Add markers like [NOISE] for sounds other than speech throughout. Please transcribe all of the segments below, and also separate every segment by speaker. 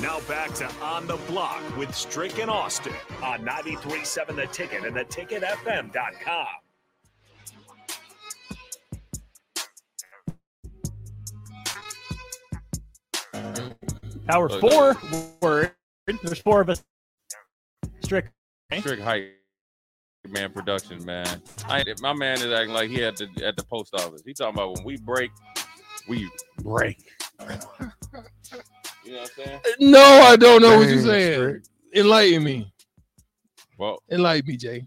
Speaker 1: Now back to On the Block with Strick and Austin on 93.7 The Ticket and theticketfm.com.
Speaker 2: Our
Speaker 3: Oh,
Speaker 2: four word. There's four of us. Strick.
Speaker 3: Trick hype man production, man. I, my man is acting like he at the at the post office. He talking about when we break, we break. you know what I'm saying?
Speaker 4: No, I don't know what you're
Speaker 5: Dang,
Speaker 4: saying.
Speaker 5: Strick.
Speaker 4: Enlighten me.
Speaker 3: Well,
Speaker 4: Enlighten me, Jay.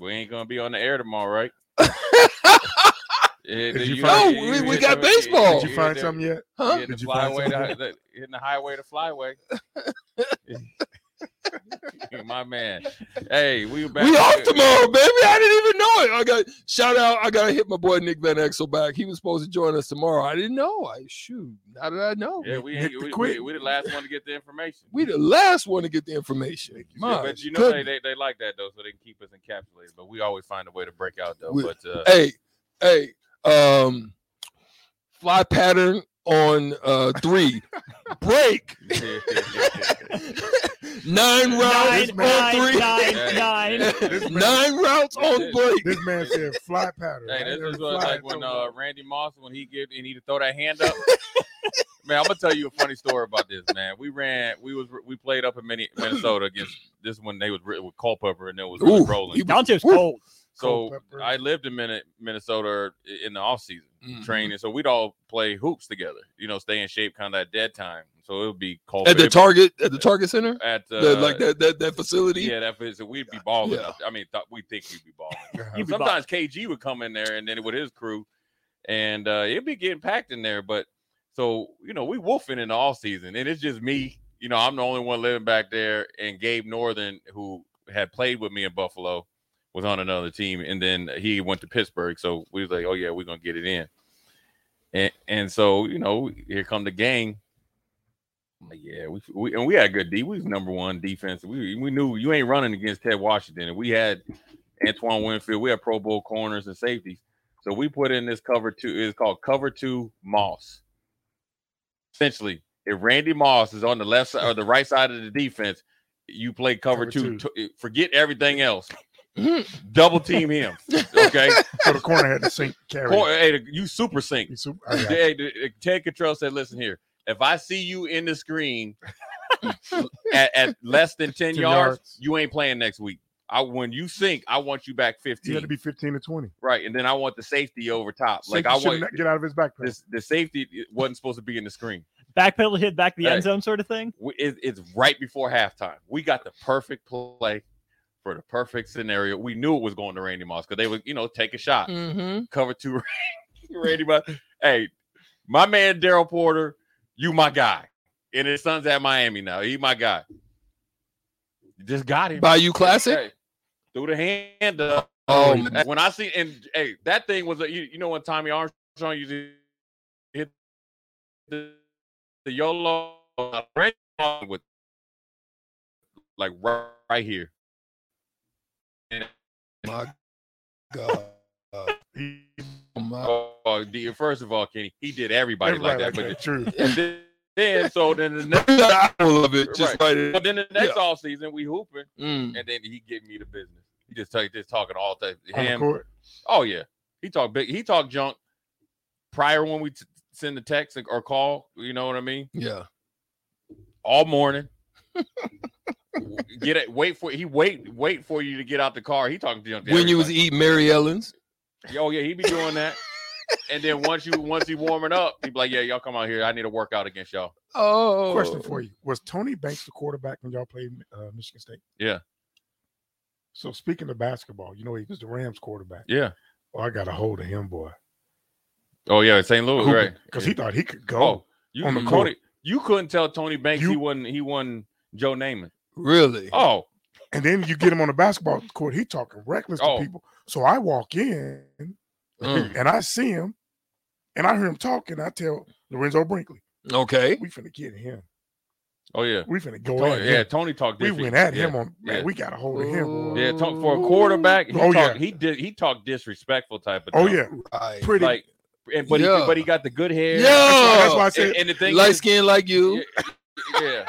Speaker 3: we ain't gonna be on the air tomorrow, right? Yeah,
Speaker 5: Did you
Speaker 4: find- No, we- we got baseball.
Speaker 5: Did you find something yet?
Speaker 4: Huh?
Speaker 3: Hitting the,
Speaker 5: Did you find
Speaker 3: flyway to,
Speaker 4: [LAUGHS]
Speaker 5: something?
Speaker 3: the, hitting the highway to flyway. My man. Hey, we back.
Speaker 4: we off tomorrow, baby. I didn't even know it. I got shout out. I gotta hit my boy Nick Van Exel back. He was supposed to join us tomorrow. I didn't know. I shoot. How did I know?
Speaker 3: Yeah, we,
Speaker 5: Hit
Speaker 3: ain't-
Speaker 5: the
Speaker 3: we, we,
Speaker 5: quick.
Speaker 3: we the last one to get the information.
Speaker 4: We the last one to get the information.
Speaker 3: Yeah,
Speaker 4: My
Speaker 3: but you know they,
Speaker 4: goodness.
Speaker 3: they, they like that though, so they can keep us encapsulated. But we always find a way to break out though.
Speaker 4: We-
Speaker 3: but
Speaker 4: [LAUGHS]
Speaker 3: uh, [LAUGHS]
Speaker 4: hey, hey, um, fly pattern on uh
Speaker 3: [LAUGHS]
Speaker 4: three. Break nine
Speaker 2: Nine,
Speaker 4: rounds on
Speaker 2: nine,
Speaker 4: three.
Speaker 2: nine,
Speaker 3: Hey,
Speaker 2: nine.
Speaker 3: hey,
Speaker 5: This man,
Speaker 4: [LAUGHS] Nine rounds on break.
Speaker 5: this man said fly pattern.
Speaker 3: hey,
Speaker 5: I ain't
Speaker 3: this
Speaker 5: heard
Speaker 3: is what,
Speaker 5: fly
Speaker 3: like
Speaker 5: in
Speaker 3: when
Speaker 5: so
Speaker 3: uh,
Speaker 5: long.
Speaker 3: Randy Moss when he get and he throw that hand
Speaker 4: [LAUGHS]
Speaker 3: up. man, I'm gonna tell you a funny story about this man. We ran, we was we played up in Minne- Minnesota against this one. They was re- with Culpepper and it was really
Speaker 4: Ooh,
Speaker 3: rolling.
Speaker 4: he-
Speaker 2: Down tips
Speaker 4: Woo.
Speaker 2: cold.
Speaker 3: so
Speaker 5: Culpepper.
Speaker 3: I lived in Minne- Minnesota in the off season.
Speaker 4: Mhm.
Speaker 3: training. So we'd all play hoops together, you know, stay in shape kind of at dead time. So it would be called
Speaker 4: at the target
Speaker 3: [LAUGHS]
Speaker 4: at the target center,
Speaker 3: at uh,
Speaker 4: The- like that that that facility.
Speaker 3: Yeah, that is. We'd be balling.
Speaker 4: Yeah.
Speaker 3: up. I mean, th- we think we'd be balling.
Speaker 2: You'd be
Speaker 3: Sometimes KG would come in there and then with his crew, and uh, it'd be getting packed in there. But so you know, we wolfing in the off season, and it's just me. You know, I'm the only one living back there, and Gabe Northern, who had played with me in Buffalo, was on another team, and then he went to Pittsburgh. So we was like, oh yeah, we're gonna get it in. And and so you know, here come the gang. I'm like, yeah, we, we and we had good D. We was number one defense. We we knew you ain't running against Ted Washington, and we had Antoine Winfield. We had Pro Bowl corners and safeties. So we put in this cover two. It's called cover two Moss. Essentially, if Randy Moss is on the left side or the right side of the defense, you play cover,
Speaker 5: Cover
Speaker 3: two.
Speaker 5: two.
Speaker 3: T- forget everything [LAUGHS] else.
Speaker 4: Mhm.
Speaker 3: Double team him. [LAUGHS] Okay,
Speaker 5: So the corner had
Speaker 3: [LAUGHS]
Speaker 5: to sink carry.
Speaker 3: Cor- hey, you super sync.
Speaker 5: He super, I got
Speaker 3: Hey, the- the- Ted Cottrell said, "Listen here, if I see you in the [LAUGHS] screen at, at less than ten,
Speaker 5: 10
Speaker 3: yards,
Speaker 5: yards.
Speaker 3: you ain't playing next week. I when you sink, I want you back
Speaker 5: you
Speaker 3: fifteen,
Speaker 5: had to be 15 to 20.
Speaker 3: right? And then I want the safety over top.
Speaker 5: Like
Speaker 3: like I
Speaker 5: should
Speaker 3: want
Speaker 5: not get out of his backpack.
Speaker 3: this. The safety wasn't supposed to be in the screen.
Speaker 2: Backpedal hit back the
Speaker 3: Hey.
Speaker 2: end zone sort of thing.
Speaker 3: We- It, it's right before halftime. We got the perfect play." For the perfect scenario, we knew it was going to Randy Moss because they would, you know, take a shot.
Speaker 4: Mm-hmm.
Speaker 3: cover two [LAUGHS] Randy Moss. Hey, my man Daryl Porter, you my guy. And his son's at Miami now. He my guy. Just got him.
Speaker 4: Bayou Classic.
Speaker 3: Hey, through the hand up.
Speaker 4: Oh, man.
Speaker 3: Um, when I see and hey, that thing was a, you, you know when Tommy Armstrong used to hit the, the YOLO uh, Randy Moss with like right, right here.
Speaker 4: My
Speaker 3: [LAUGHS]
Speaker 4: God. Oh
Speaker 5: He,
Speaker 4: my.
Speaker 3: Oh, oh, D- first of all, Kenny, he did everybody,
Speaker 5: everybody
Speaker 3: like that. but
Speaker 5: True.
Speaker 3: and then, then so then the next
Speaker 4: [LAUGHS] I love it. Just right.
Speaker 3: but then the next
Speaker 4: Yeah.
Speaker 3: off season we hooping
Speaker 4: Mm.
Speaker 3: and then he give me the business. He just talk, just talking all that
Speaker 5: On the
Speaker 3: him.
Speaker 5: court.
Speaker 3: Oh yeah, he talk big. He talk junk prior when we t- send the text or call. You know what I mean?
Speaker 4: Yeah.
Speaker 3: All morning. get it. Wait for he wait wait for you to get out the car. He talking junk. to
Speaker 4: When you was
Speaker 3: everybody.
Speaker 4: eating Mary Ellen's.
Speaker 3: oh yeah, he be doing
Speaker 4: [LAUGHS]
Speaker 3: that. And then once you once he warming up, he be like, yeah, y'all come out here. I need a workout against y'all.
Speaker 4: Oh.
Speaker 5: Question for you Was Tony Banks the quarterback when y'all played uh, Michigan State?
Speaker 3: Yeah.
Speaker 5: So speaking of basketball, you know, he was the Rams quarterback.
Speaker 3: Yeah.
Speaker 5: Oh, I got a hold of him, boy.
Speaker 3: Oh yeah, St. Louis, right?
Speaker 5: Because he thought he could go.
Speaker 3: Oh, you,
Speaker 5: on the
Speaker 3: Tony,
Speaker 5: court.
Speaker 3: you couldn't tell Tony Banks he
Speaker 5: You-
Speaker 3: wasn't he wasn't Joe Namath.
Speaker 4: Really?
Speaker 3: Oh,
Speaker 5: And then you get him on the basketball court, he talking reckless
Speaker 3: Oh.
Speaker 5: to people. So I walk in
Speaker 4: Mm.
Speaker 5: and I see him and I hear him talking. I tell Lorenzo Brinkley,
Speaker 4: Okay.
Speaker 5: we finna get him.
Speaker 3: oh yeah,
Speaker 5: We finna go
Speaker 3: Tony,
Speaker 5: at
Speaker 3: yeah.
Speaker 5: him.
Speaker 3: Tony talked.
Speaker 5: We
Speaker 3: disrespect.
Speaker 5: went at
Speaker 3: yeah.
Speaker 5: him on man,
Speaker 3: yeah.
Speaker 5: we got a hold of him. boy.
Speaker 3: Yeah, talk, for a quarterback, he
Speaker 5: Oh,
Speaker 3: talked,
Speaker 5: yeah.
Speaker 3: he did he talked disrespectful type of.
Speaker 5: Oh
Speaker 3: junk.
Speaker 5: yeah.
Speaker 4: Right.
Speaker 5: Pretty
Speaker 3: like, and, but he
Speaker 4: Yeah.
Speaker 3: but he got the good hair.
Speaker 4: Yeah.
Speaker 5: that's, why, that's why I
Speaker 3: and,
Speaker 5: said
Speaker 3: and the thing
Speaker 4: Light
Speaker 3: is,
Speaker 4: skin like
Speaker 3: yeah, yeah,
Speaker 4: you.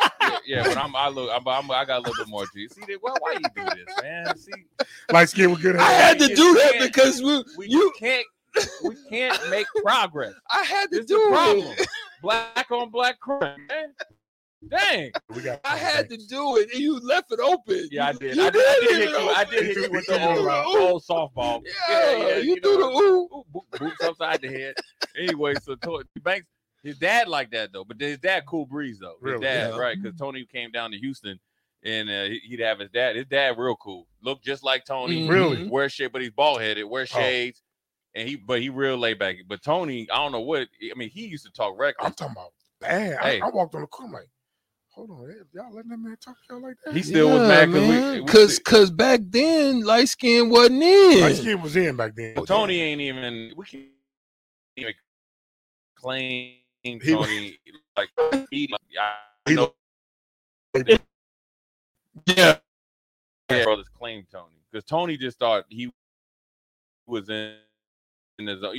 Speaker 3: yeah. yeah, but I'm I look I'm, I'm I got a little bit more juice. See, why why you do this, man? See,
Speaker 5: Light skin with good
Speaker 4: I
Speaker 5: hair.
Speaker 4: had to do that because we,
Speaker 3: we
Speaker 4: you.
Speaker 3: can't we can't make progress.
Speaker 4: I had to
Speaker 3: It's the
Speaker 4: do
Speaker 3: problem.
Speaker 4: it.
Speaker 3: Black on black crime, man. Dang.
Speaker 5: We got.
Speaker 4: I had to do it, and you left it open.
Speaker 3: Yeah, I did.
Speaker 4: You
Speaker 3: I did, I
Speaker 4: did
Speaker 3: did
Speaker 4: hit
Speaker 3: hit
Speaker 4: it
Speaker 3: you. I did hit you with the old,
Speaker 4: open.
Speaker 3: old softball.
Speaker 4: Yeah, you, threw
Speaker 3: know.
Speaker 4: the ooh.
Speaker 3: Ooh, bo- boots upside the head. Anyway, so Tony Banks, his dad like that though, but his dad cool breeze though. His
Speaker 5: Really?
Speaker 3: dad,
Speaker 4: Yeah.
Speaker 3: right? Because Tony came down to Houston, and uh, he- he'd have his dad. His dad real cool, looked just like Tony.
Speaker 4: Mhm.
Speaker 5: Really? Oh.
Speaker 3: Wear shit, but he's bald headed. Wear shades, and he but he real laid back. But Tony, I don't know what. I mean, he used to talk
Speaker 5: I'm
Speaker 3: records.
Speaker 5: talking about bad. I-
Speaker 3: Hey.
Speaker 5: I, walked on the corner like, hold on, eh, y'all letting that man talk to y'all like that?
Speaker 3: He still was mad because we, we
Speaker 4: because because back then light skin wasn't in.
Speaker 5: Light skin was in back then.
Speaker 3: Tony ain't even we can't even claim Tony like media. I
Speaker 5: [LAUGHS] He-
Speaker 3: know
Speaker 4: Yeah,
Speaker 3: yeah. brothers claim Tony because Tony just thought he was in in the zone.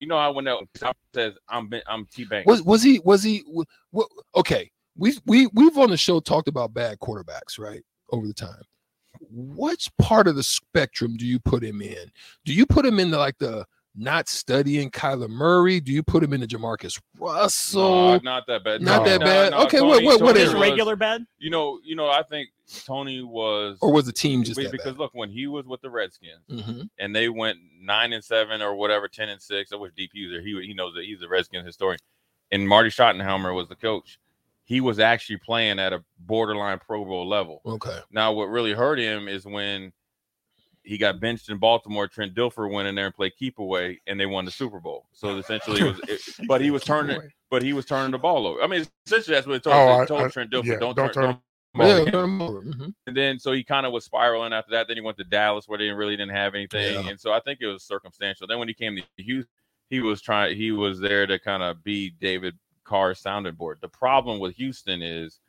Speaker 3: You know how when that [LAUGHS] says I'm Ben- I'm T Bank.
Speaker 4: was was he was he wa- what? Okay, we we we've on the show talked about bad quarterbacks, right? Over the time, which part of the spectrum do you put him in? Do you put him in the like the not studying Kyler Murray? Do you put him in the Jamarcus Russell?
Speaker 3: no, not that bad.
Speaker 4: not
Speaker 3: No,
Speaker 4: that
Speaker 3: no,
Speaker 4: bad.
Speaker 3: no,
Speaker 4: Okay,
Speaker 3: Tony-
Speaker 4: what- what- what
Speaker 3: Tony
Speaker 4: is-
Speaker 2: Just
Speaker 4: Whatever.
Speaker 3: was-
Speaker 2: regular bad.
Speaker 3: You know, you know. I think Tony was
Speaker 4: or was the team just that
Speaker 3: because
Speaker 4: bad?
Speaker 3: look when he was with the Redskins.
Speaker 4: Mhm.
Speaker 3: and they went nine and seven or whatever, ten and six. I wish DP was there. He he knows that he's a Redskins historian. And Marty Schottenheimer was the coach. He was actually playing at a borderline Pro Bowl level.
Speaker 4: Okay,
Speaker 3: Now, what really hurt him is when he got benched in Baltimore. Trent Dilfer went in there and played keep away, and they won the Super Bowl. So essentially, it was. It, but he was turning. But he was turning the ball over. I mean, essentially, that's what it told,
Speaker 5: Oh, I-
Speaker 3: told
Speaker 5: I-
Speaker 3: Trent Dilfer.
Speaker 5: yeah,
Speaker 3: don't, turn.
Speaker 5: don't turn
Speaker 3: Don't,
Speaker 4: yeah,
Speaker 3: ball
Speaker 4: turn him over. Mhm.
Speaker 3: and then so he kind of was spiraling after that. Then he went to Dallas where they really didn't have anything,
Speaker 4: Yeah.
Speaker 3: and so I think it was circumstantial. Then when he came to Houston, he was trying. He was there to kind of be David Carr's sounding board. The problem with Houston is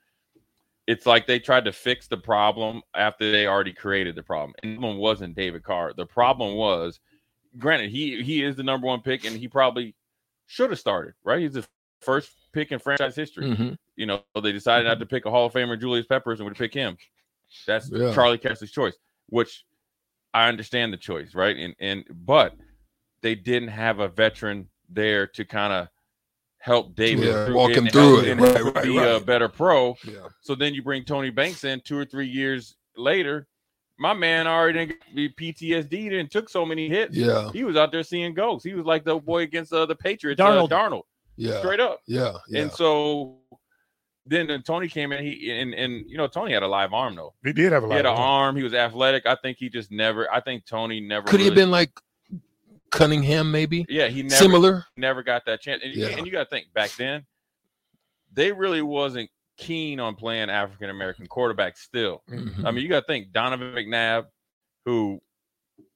Speaker 3: it's like they tried to fix the problem after they already created the problem. And the problem wasn't David Carr. The problem was, granted, he he is the number one pick, and he probably should have started. Right, he's the first pick in franchise history
Speaker 4: Mhm.
Speaker 3: you know, they decided not to pick a Hall of Famer, Julius Peppers, and would pick him. That's
Speaker 4: Mm-hmm. Yeah.
Speaker 3: Charlie Kessler's choice, which I understand the choice, right? And and but they didn't have a veteran there to kind of help David
Speaker 4: Yeah,
Speaker 3: through
Speaker 4: walk him
Speaker 3: and
Speaker 4: through
Speaker 3: help
Speaker 4: it.
Speaker 3: him
Speaker 4: Right, right,
Speaker 3: be a
Speaker 4: right.
Speaker 3: better pro.
Speaker 4: Yeah.
Speaker 3: So then you bring Tony Banks in two or three years later. My man already didn't be PTSD and took so many hits.
Speaker 4: Yeah,
Speaker 3: He was out there seeing ghosts. He was like the boy against uh, the Patriots,
Speaker 2: Darnold.
Speaker 3: Uh, Darnold,
Speaker 4: yeah,
Speaker 3: straight up.
Speaker 4: yeah, yeah.
Speaker 3: And so then when Tony came in, he and and you know, Tony had a live arm though.
Speaker 5: He did have a
Speaker 3: He
Speaker 5: lot.
Speaker 3: had an
Speaker 5: of arm.
Speaker 3: arm, he was athletic. I think he just never I think Tony never
Speaker 4: Could he have
Speaker 3: really-
Speaker 4: been like Cunningham, maybe
Speaker 3: yeah, he never
Speaker 4: similar?
Speaker 3: never got that chance. And, you-
Speaker 4: Yeah.
Speaker 3: and you gotta think back then, they really wasn't keen on playing African American quarterbacks still.
Speaker 4: Mhm.
Speaker 3: I mean, you gotta think Donovan McNabb, who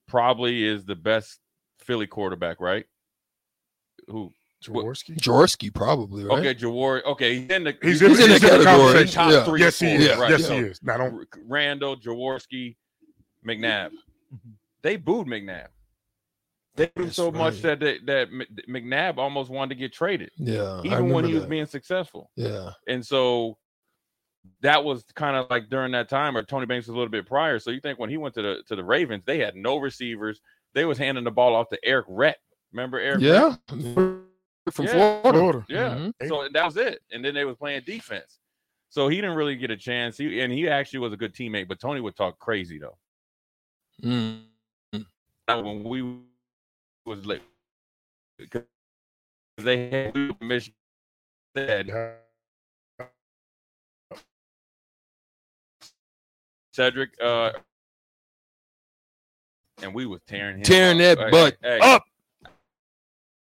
Speaker 3: probably is the best Philly quarterback, right? Who
Speaker 5: Jaworski.
Speaker 4: Jaworski, probably right.
Speaker 3: okay, Jawar. Okay, he's in the
Speaker 5: He's
Speaker 4: He's in the
Speaker 5: He's in the
Speaker 4: category.
Speaker 5: conversation.
Speaker 3: top
Speaker 4: Yeah.
Speaker 3: three. or
Speaker 5: Yes, he
Speaker 3: four,
Speaker 5: is.
Speaker 4: Yeah,
Speaker 3: right?
Speaker 5: yes,
Speaker 4: yeah.
Speaker 5: he is. Now don't.
Speaker 3: R- Randall, Jaworski, McNabb. They booed McNabb. They booed him
Speaker 4: Mm-hmm. That's
Speaker 3: so much
Speaker 4: right.
Speaker 3: that they, that Mc- McNabb almost wanted to get traded,
Speaker 4: Yeah, I
Speaker 3: even when
Speaker 4: remember
Speaker 3: he was
Speaker 4: that.
Speaker 3: being successful.
Speaker 4: Yeah,
Speaker 3: And so that was kind of like during that time, or Tony Banks was a little bit prior. So you think when he went to the to the Ravens, they had no receivers. They was handing the ball off to Eric Rett. Remember Eric? Rett?
Speaker 4: yeah, from
Speaker 3: Yeah.
Speaker 4: Florida.
Speaker 5: Florida.
Speaker 3: Yeah.
Speaker 4: Mhm.
Speaker 3: So that was it. And then they was playing defense. So he didn't really get a chance. He and he actually was a good teammate, but Tony would talk crazy though.
Speaker 4: Mm.
Speaker 3: Now, when we was late because they had we were Michigan said
Speaker 5: Yeah.
Speaker 3: Cedric uh and we was tearing him
Speaker 4: Tearing
Speaker 3: up.
Speaker 4: that butt up.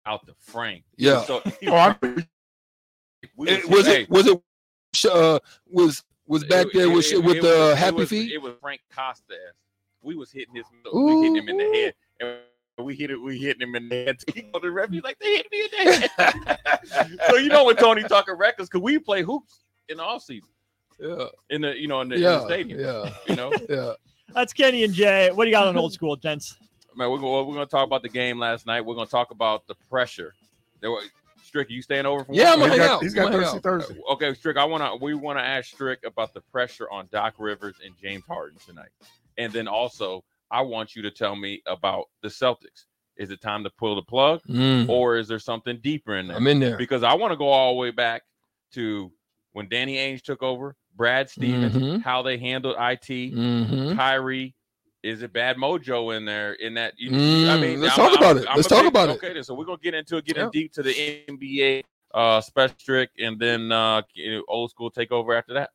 Speaker 3: out the frame.
Speaker 4: Yeah.
Speaker 3: So [LAUGHS]
Speaker 5: Oh, I,
Speaker 3: we
Speaker 4: [LAUGHS] It, was
Speaker 3: hey,
Speaker 4: it? Was it? Uh, was was back
Speaker 3: it-
Speaker 4: there
Speaker 3: it-
Speaker 4: with
Speaker 3: it-
Speaker 4: with
Speaker 3: it
Speaker 4: uh,
Speaker 3: was- it
Speaker 4: Happy
Speaker 3: was-
Speaker 4: Feet?
Speaker 3: It was Frank Costa. We was hitting his we hitting him in the head. And we hit it, we hitting him in the head. [LAUGHS] He called the referee like they hit me in the
Speaker 4: [LAUGHS]
Speaker 3: head. so you know when Tony talking records, could we play hoops in the offseason?
Speaker 4: Yeah,
Speaker 3: in the you know in the, in the
Speaker 4: yeah,
Speaker 3: stadium.
Speaker 4: yeah,
Speaker 3: [LAUGHS] You
Speaker 4: [LAUGHS]
Speaker 3: know,
Speaker 4: yeah.
Speaker 2: That's Kenny and Jay. What do you got on old school, gents?
Speaker 3: man, we're gonna we're gonna talk about the game last night. We're gonna talk about the pressure. There were Strick, you staying over for
Speaker 4: Yeah, I'm
Speaker 3: one?
Speaker 4: gonna
Speaker 5: He's
Speaker 4: hang
Speaker 5: got-
Speaker 4: out.
Speaker 5: he's
Speaker 4: I'm
Speaker 5: got
Speaker 4: gonna hang
Speaker 5: Thursday,
Speaker 4: out.
Speaker 5: Thursday.
Speaker 3: Okay, Strick, I want to we want to ask Strick about the pressure on Doc Rivers and James Harden tonight. And then also, I want you to tell me about the Celtics. Is it time to pull the plug
Speaker 4: Mm,
Speaker 3: or is there something deeper in there?
Speaker 4: I'm in there.
Speaker 3: Because I want to go all the way back to when Danny Ainge took over, Brad Stevens,
Speaker 4: Mhm.
Speaker 3: how they handled IT,
Speaker 4: Mhm.
Speaker 3: Kyrie. Is it bad mojo in there? In that, you, I
Speaker 4: Mm,
Speaker 3: mean,
Speaker 4: let's talk about it. Let's
Speaker 3: a
Speaker 4: talk
Speaker 3: big-
Speaker 4: about it.
Speaker 3: Okay, then, so we're gonna get into it, getting
Speaker 4: Yeah.
Speaker 3: deep to the NBA uh special trick, and then uh you know, old school takeover after that.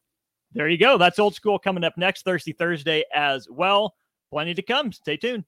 Speaker 2: There you go. That's old school coming up next Thursday, Thursday as well. Plenty to come. Stay tuned.